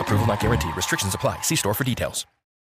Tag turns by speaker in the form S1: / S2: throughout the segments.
S1: Approval not guaranteed. Restrictions apply. See store for details.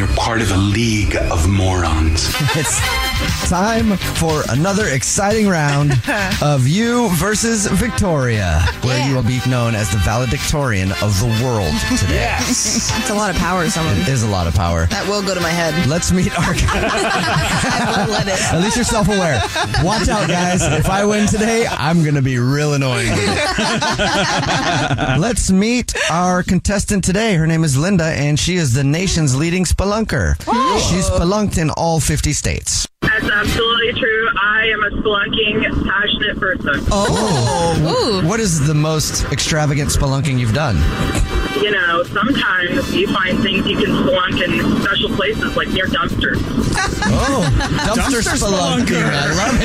S2: You're part of a league of morons.
S3: It's time for another exciting round of you versus Victoria, where you will be known as the valedictorian of the world today.
S4: Yes. It's a lot of power, someone.
S3: It is a lot of power.
S4: That will go to my head.
S3: Let's meet our.
S4: I will let it.
S3: At least you're self aware. Watch out, guys. If I win today, I'm going to be real annoying. Let's meet our contestant today. Her name is Linda, and she is the nation's leading spelunker. She's spelunked in all 50 states.
S5: That's absolutely true. I am a spelunking, passionate person.
S3: Oh.
S4: Ooh.
S3: What is the most extravagant spelunking you've done?
S5: You know, sometimes you find things you can spelunk in special places, like near dumpsters.
S3: Oh, dumpster,
S6: Dumpster
S3: spelunking.
S6: spelunker.
S3: I love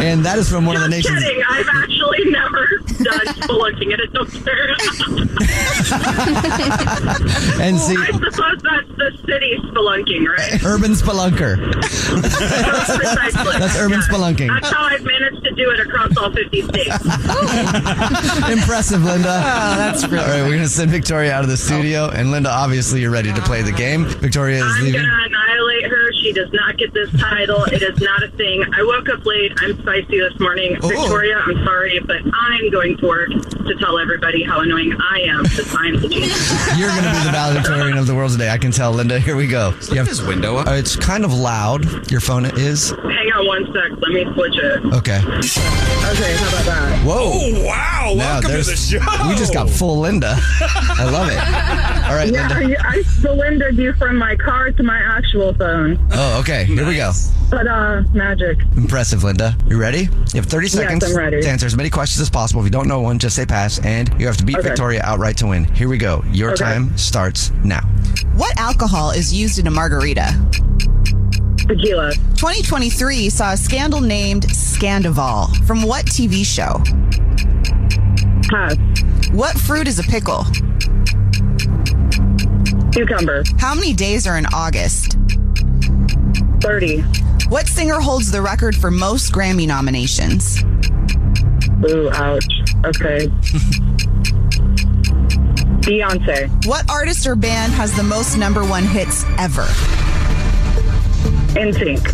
S3: it. and that is from one of the nation's.
S5: Kidding, I've actually never done spelunking at a dumpster.
S3: And see,
S5: I suppose that's the city spelunking, right?
S3: urban spelunker.
S5: Precisely.
S3: That's urban spelunking.
S5: That's how I've managed to do it across all 50 states.
S3: Impressive, Linda. that's All right, we're going to send Victoria out of the studio. And Linda, obviously, you're ready to play the game. Victoria is
S5: I'm
S3: leaving.
S5: gonna annihilate her. She does not get this title. It is not a thing. I woke up late. I'm spicy this morning.
S3: Oh.
S5: Victoria, I'm sorry, but I'm going to work to tell everybody how annoying I am because I'm the genius.
S3: You're going to be the valedictorian of the world today. I can tell, Linda. Here we go. You have-
S6: this window up.
S3: Uh, it's kind of loud. Your phone is.
S5: Hang on one sec. Let me switch it.
S3: Okay.
S5: Okay, how about that?
S3: Whoa.
S6: Oh, wow.
S3: Now
S6: Welcome to the
S3: there's-
S6: show.
S3: We just got full Linda. I love it. All right,
S5: Yeah,
S3: Linda.
S5: I, I surrendered you from my car to my actual phone.
S3: Oh, okay. Here we go.
S5: But, uh, magic.
S3: Impressive, Linda. You ready? You have 30 seconds
S5: I'm ready.
S3: to answer as many questions as possible. If you don't know one, just say pass, and you have to beat
S5: Okay.
S3: Victoria outright to win. Here we go. Your
S5: Okay.
S3: time starts now.
S4: What alcohol is used in a margarita?
S5: Tequila.
S4: 2023 saw a scandal named Scandival. From what TV show?
S5: Pass.
S4: What fruit is a pickle?
S5: Cucumber.
S4: How many days are in August?
S5: 30.
S4: What singer holds the record for most Grammy nominations?
S5: Ooh, ouch. Okay. Beyonce.
S4: What artist or band has the most number one hits ever?
S5: In sync.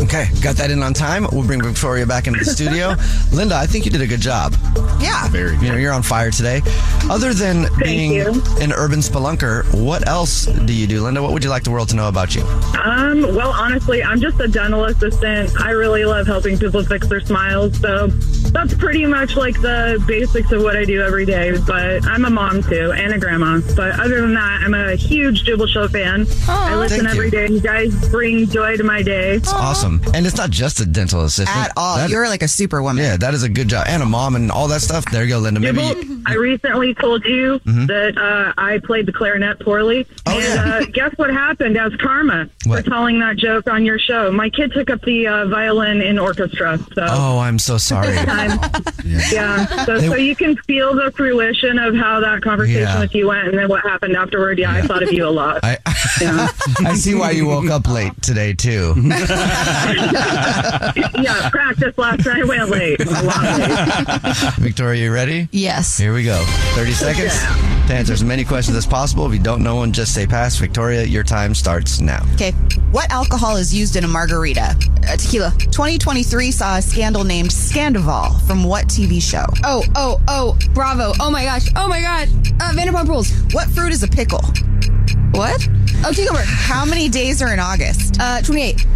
S3: Okay, got that in on time. We'll bring Victoria back into the studio. Linda, I think you did a good job.
S4: Yeah.
S3: You know, you're on fire today. Other than being
S5: you.
S3: an urban spelunker, what else do you do, Linda? What would you like the world to know about you?
S5: Um, well, honestly, I'm just a dental assistant. I really love helping people fix their smiles. So that's pretty much like the basics of what I do every day. But I'm a mom too and a grandma. But other than that, I'm a huge Jubal Show fan. I listen
S3: Thank you.
S5: every day. you. guys bring joy to my day.
S3: It's awesome. And it's not just a dental assistant.
S4: At all.
S3: That-
S4: You're like a superwoman.
S3: yeah, that is a good job. And a mom and all that stuff. There you go, Linda. Maybe
S5: Jubal, I recently told you that uh, I played the clarinet poorly.
S3: Mm-hmm. Oh,
S5: and
S3: yeah.
S5: uh, guess what happened as karma
S3: What?
S5: for telling that joke on your show? My kid took up the uh, violin in orchestra. So.
S3: Oh, I'm so sorry.
S5: time. yeah. So,
S3: They-
S5: so you can feel the fruition of how that conversation
S3: Yeah.
S5: with you went and then what happened afterward. Yeah, I thought of you a lot.
S3: I, I see why you woke up late today too.
S5: yeah, practice last night went late. A lot late.
S3: Victoria, you ready?
S4: Yes.
S3: Here we go. 30 seconds to answer as many questions as possible. If you don't know one, just say pass. Victoria, your time starts now.
S4: Okay. What alcohol is used in a margarita? Uh, tequila. 2023 saw a scandal named Scandival from what TV show?
S6: Oh, oh, oh, bravo. Oh my gosh. Oh my gosh. Uh, Vanderpump Rules.
S4: What fruit is a pickle?
S6: What? Oh, cucumber.
S4: How many days are in August?
S6: Uh, 28.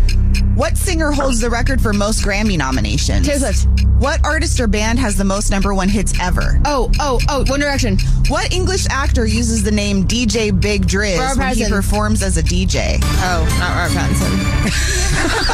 S4: What singer holds the record for most Grammy nominations?
S6: Taylor Swift.
S4: What artist or band has the most number one hits ever?
S6: Oh, oh, oh, One Direction.
S4: What English actor uses the name DJ Big Drizz
S6: Robert
S4: when he
S6: Pattinson.
S4: performs as a DJ?
S6: Oh, not Robert Pattinson.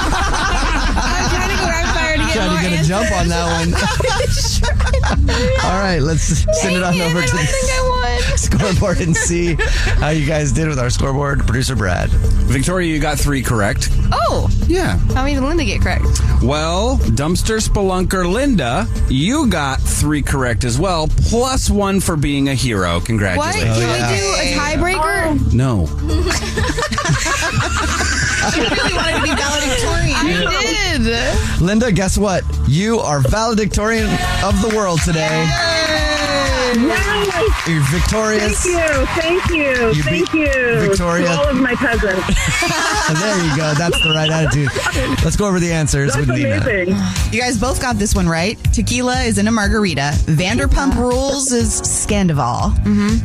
S6: I'm trying to go rapid fire to get
S3: Trying
S6: more
S3: to get a
S6: answers.
S3: jump on that one. All right, let's send it on
S6: Dang it,
S3: over
S6: I
S3: to
S6: don't think
S3: the
S6: I won.
S3: scoreboard and see how you guys did with our scoreboard. Producer Brad.
S7: Victoria, you got three correct.
S6: Oh,
S7: Yeah.
S6: how many did Linda get correct?
S7: Well, dumpster spelunker Linda, you got three correct as well, plus one for being a hero.
S6: What?
S7: Congratulations.
S6: Can
S3: yeah.
S6: we do a tiebreaker?
S7: No.
S4: really wanted to be valedictorian.
S6: I did.
S3: Linda, guess what? You are valedictorian of the world today.
S5: Yes.
S3: You're victorious.
S5: Thank you. Thank you.
S3: You
S5: thank
S3: beat
S5: you.
S3: Victoria.
S5: To all of my cousins.
S3: So there you go. That's the right attitude. Let's go over the answers
S5: That's
S3: with Nina.
S5: amazing.
S4: You guys both got this one right. Tequila is in a margarita. Vanderpump Rules is Scandival.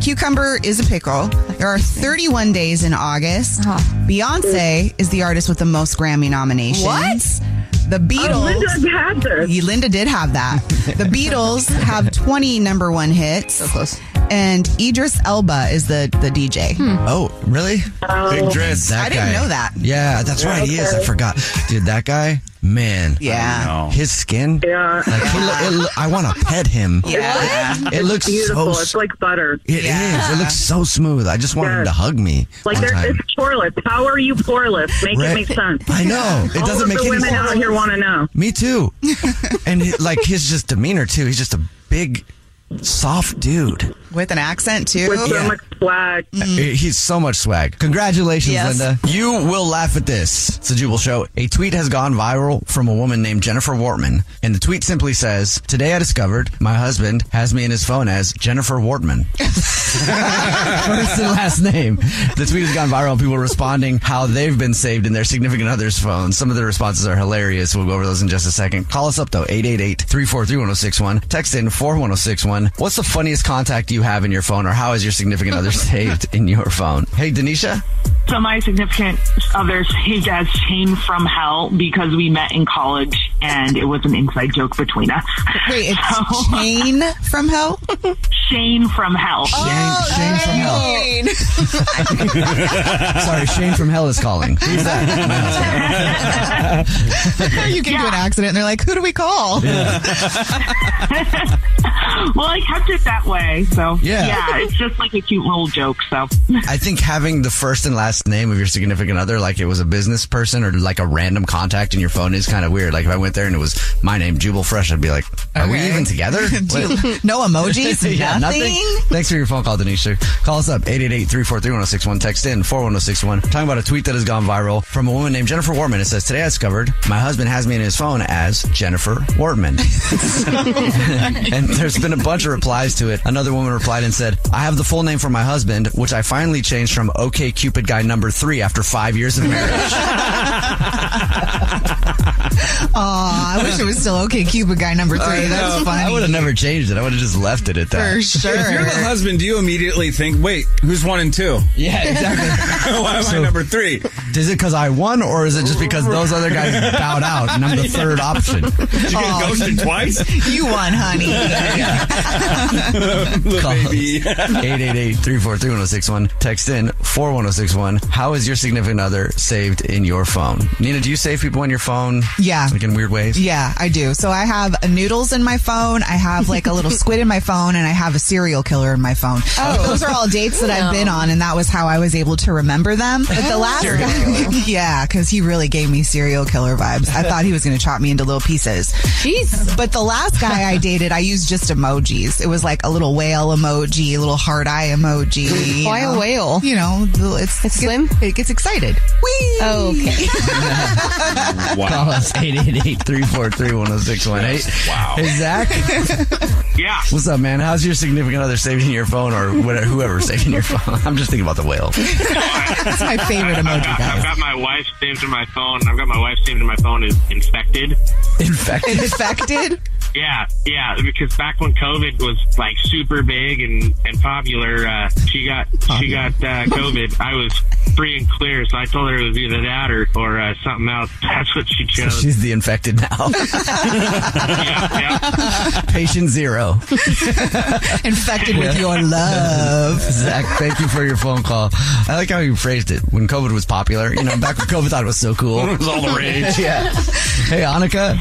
S4: Cucumber is a pickle. There are 31 days in August. Beyonce is the artist with the most Grammy nominations.
S6: What?
S4: The
S5: Oh,
S4: Beatles.
S5: Linda had this.
S4: Ye- Linda did have that. The Beatles have 20 number one hits. So
S6: close.
S4: And Idris Elba is the, the DJ.
S3: Oh, really? Big dress.
S4: I didn't know that.
S3: Yeah, that's right. He is. I forgot. Dude, that guy, man.
S4: Yeah.
S3: His skin.
S5: Yeah.
S3: Like, he lo- it lo- I want to pet him.
S4: Yeah.
S3: It looks
S5: Beautiful.
S3: so.
S5: it's
S3: s-
S5: like butter.
S3: It is.
S4: Yeah.
S3: It looks so smooth. I just want him
S5: Yes.
S3: to hug me.
S5: Like
S3: one
S5: there,
S3: time.
S5: it's poreless. How are you poreless? Make
S3: Right.
S5: it make sense.
S3: I know. It
S5: All
S3: doesn't
S5: of
S3: make
S5: the
S3: any
S5: women
S3: sense.
S5: out here want to know.
S3: Me too. and hi- like his just demeanor too. He's just a big, soft dude.
S4: With an accent, too.
S5: With so
S3: Yeah. Mm.
S5: much swag.
S3: He's so much swag. Congratulations,
S4: Yes.
S3: Linda. You will laugh at this. It's a Jubal show. A tweet has gone viral from a woman named Jennifer Wortman, and the tweet simply says, "Today I discovered my husband has me in his phone as Jennifer Wortman." First and last name. The tweet has gone viral. People responding how they've been saved in their significant other's phones. Some of the responses are hilarious. We'll go over those in just a second. Call us up though, 888-343-1061. Text in 41061. What's the funniest contact you have in your phone or how is your significant other saved in your phone? Hey, Denisha?
S8: So my significant other's his as chain from hell because we met in college and it was an inside joke between us.
S4: Wait, it's Shane from Hell?
S8: Shane from hell.
S3: Shane, Oh, Shane from Hell. Sorry, Shane from Hell is calling. Who's that? My husband.
S4: you get into an accident and they're like, who do we call?
S8: Well, I kept it that way. So
S3: Yeah.
S8: it's just like a cute little joke. So
S3: I think having the first and last name of your significant other, like it was a business person or like a random contact in your phone, is kind of weird. Like if I went there and it was my name, Jubal Fresh, I'd be like, "Are we
S4: Okay.
S3: even together?" What-
S4: No emojis?
S3: Yeah,
S4: nothing?
S3: Thanks for your phone call, Denisha. Call us up 888-343-1061. Text in 41061. Talking about a tweet that has gone viral from a woman named Jennifer Wortman. It says, "Today I discovered my husband has me in his phone as Jennifer Wortman." and there's been a bunch of replies to it. Another woman replied and said, "I have the full name for my husband, which I finally changed from OK Cupid guy number 3 after 5 years of marriage."
S4: Aw, I wish it was still okay, Cuba guy number three. That's funny.
S3: I would have never changed it. I would have just left it at that.
S4: for
S7: If you're the
S4: sure.
S7: husband, do you immediately think, wait, who's one and two?
S3: Yeah, exactly.
S7: Why am I number three?
S3: Is it because I won, or is it just because those other guys bowed out and I'm the third option?
S7: Did you get ghosted twice?
S4: You won, honey.
S7: Little baby.
S3: 888-343-1061. Text in 41061. How is your significant other saved in your phone? Nina, do you save people on your phone?
S4: Yeah.
S3: Like in weird ways?
S4: Yeah, I do. So I have a noodles in my phone. I have like a little squid in my phone, and I have a serial killer in my phone.
S3: Oh.
S4: those are all dates that I've been on, and that was how I was able to remember them. But the last
S3: Serial
S4: guy, yeah, because he really gave me serial killer vibes. I thought he was going to chop me into little pieces. Jeez. But the last guy I dated, I used just emojis. It was like a little whale emoji, a little heart eye emoji. you
S6: Why a
S4: know?
S6: whale?
S4: You know, the- it's, it's slim. It gets excited. Whee!
S6: okay.
S3: Wow. Call us 888-343-1061. Wow. oh Hey, Zach.
S8: yeah.
S3: What's up, man? How's your significant other saving your phone or whatever, whoever saving your phone? I'm just thinking about the whale.
S4: That's my favorite
S9: I've
S4: emoji,
S9: got, I've
S4: guys.
S9: got my wife saved in my phone. I've got my wife saved in my phone as infected.
S3: Infected?
S4: Infected?
S9: Yeah, yeah. Because back when COVID was like super big and and popular, uh, she got
S3: Oh,
S9: she got uh, COVID. I was free and clear, so I told her it was either that or or uh, something else. That's what she
S3: So
S9: chose.
S3: she's the infected now. Patient zero.
S4: Infected with
S3: Yeah.
S4: your love.
S3: Zach, thank you for your phone call. I like how you phrased it. When COVID was popular, you know, back when COVID thought it was so cool.
S9: It was all the rage.
S3: yeah. Hey, Annika.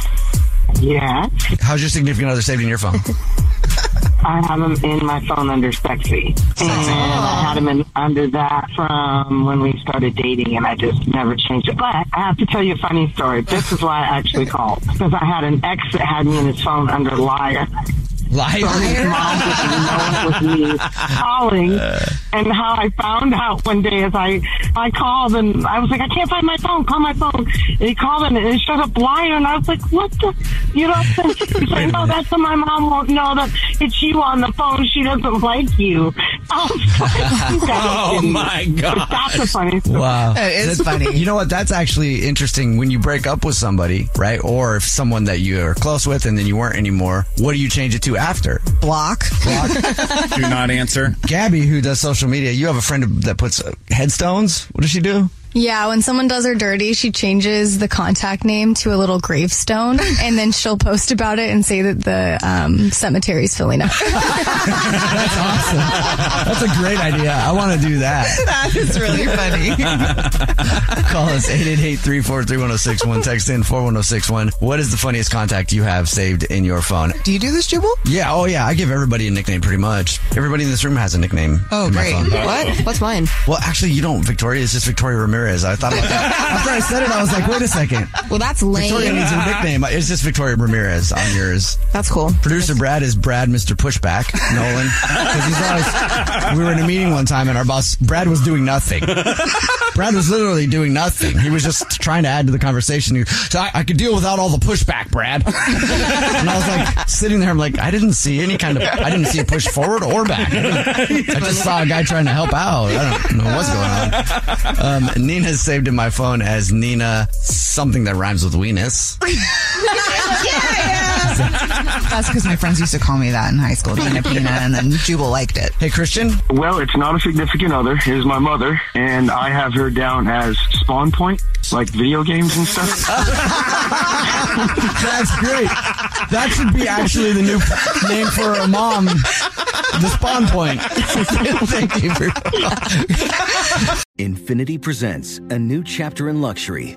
S8: Yeah.
S3: How's your significant other saved in your phone?
S8: I have them in my phone under sexy. And I had them in, under that from when we started dating, and I just never changed it. But I have to tell you a funny story. This is why I actually called. Because I had an ex that had me in his phone under liar.
S3: Liar?
S8: So his mom didn't know it was me calling. And how I found out one day is I, I called and I was like, I can't find my phone. Call my phone. And he called and it showed up liar. And I was like, what the? You know, he's like, no, that's what my mom won't know that it's you on the phone. She doesn't like you. I was like, you guys
S3: Oh,
S8: didn't.
S3: my
S8: But That's a funny story.
S3: Wow. That-
S8: funny.
S3: You know what? That's actually interesting when you break up with somebody, right? Or if someone that you are close with and then you weren't anymore, what do you change it to after?
S4: Block.
S3: Block.
S7: Do not answer.
S3: Gabby, who does social media, you have a friend that puts uh, headstones. What does she do?
S6: Yeah, when someone does her dirty, she changes the contact name to a little gravestone, and then she'll post about it and say that the um, cemetery's filling up.
S3: That's awesome. That's a great idea. I want to do that.
S4: That is really funny.
S3: Call us 888-343-1061. Text in 41061. What is the funniest contact you have saved in your phone?
S4: Do you do this, Jubal?
S3: Yeah, oh yeah, I give everybody a nickname pretty much. Everybody in this room has a nickname.
S4: Oh,
S3: in my
S4: great.
S3: phone.
S6: What? What's mine?
S3: Well, actually, you don't, Victoria. It's just Victoria Ramirez. I thought about that. After I said it, I was like, wait a second.
S6: Well, that's lame.
S3: Victoria needs a nickname. It's just Victoria Ramirez on yours.
S6: That's cool.
S3: Producer Brad is Brad Mr. Pushback, Nolan. 'Cause he's always- we were in a meeting one time and our boss, Brad was doing nothing. Brad was literally doing nothing. He was just trying to add to the conversation. He- So I, I could deal without all the pushback, Brad. and I was like sitting there, I'm like, I didn't see any kind of, I didn't see a push forward or back. I, didn't- I just saw a guy trying to help out. I don't know what's going on. Um, Nina's saved in my phone as Nina something that rhymes with weenus.
S4: That's because my friends used to call me that in high school, Nina Pina, and then Jubal liked it.
S3: Hey, Christian.
S10: Well, it's not a significant other. It is my mother, and I have her down as Spawn Point, like video games and stuff.
S3: That's great. That should be actually the new name for a mom. The spawn point. Thank you
S11: Infinity presents a new chapter in luxury,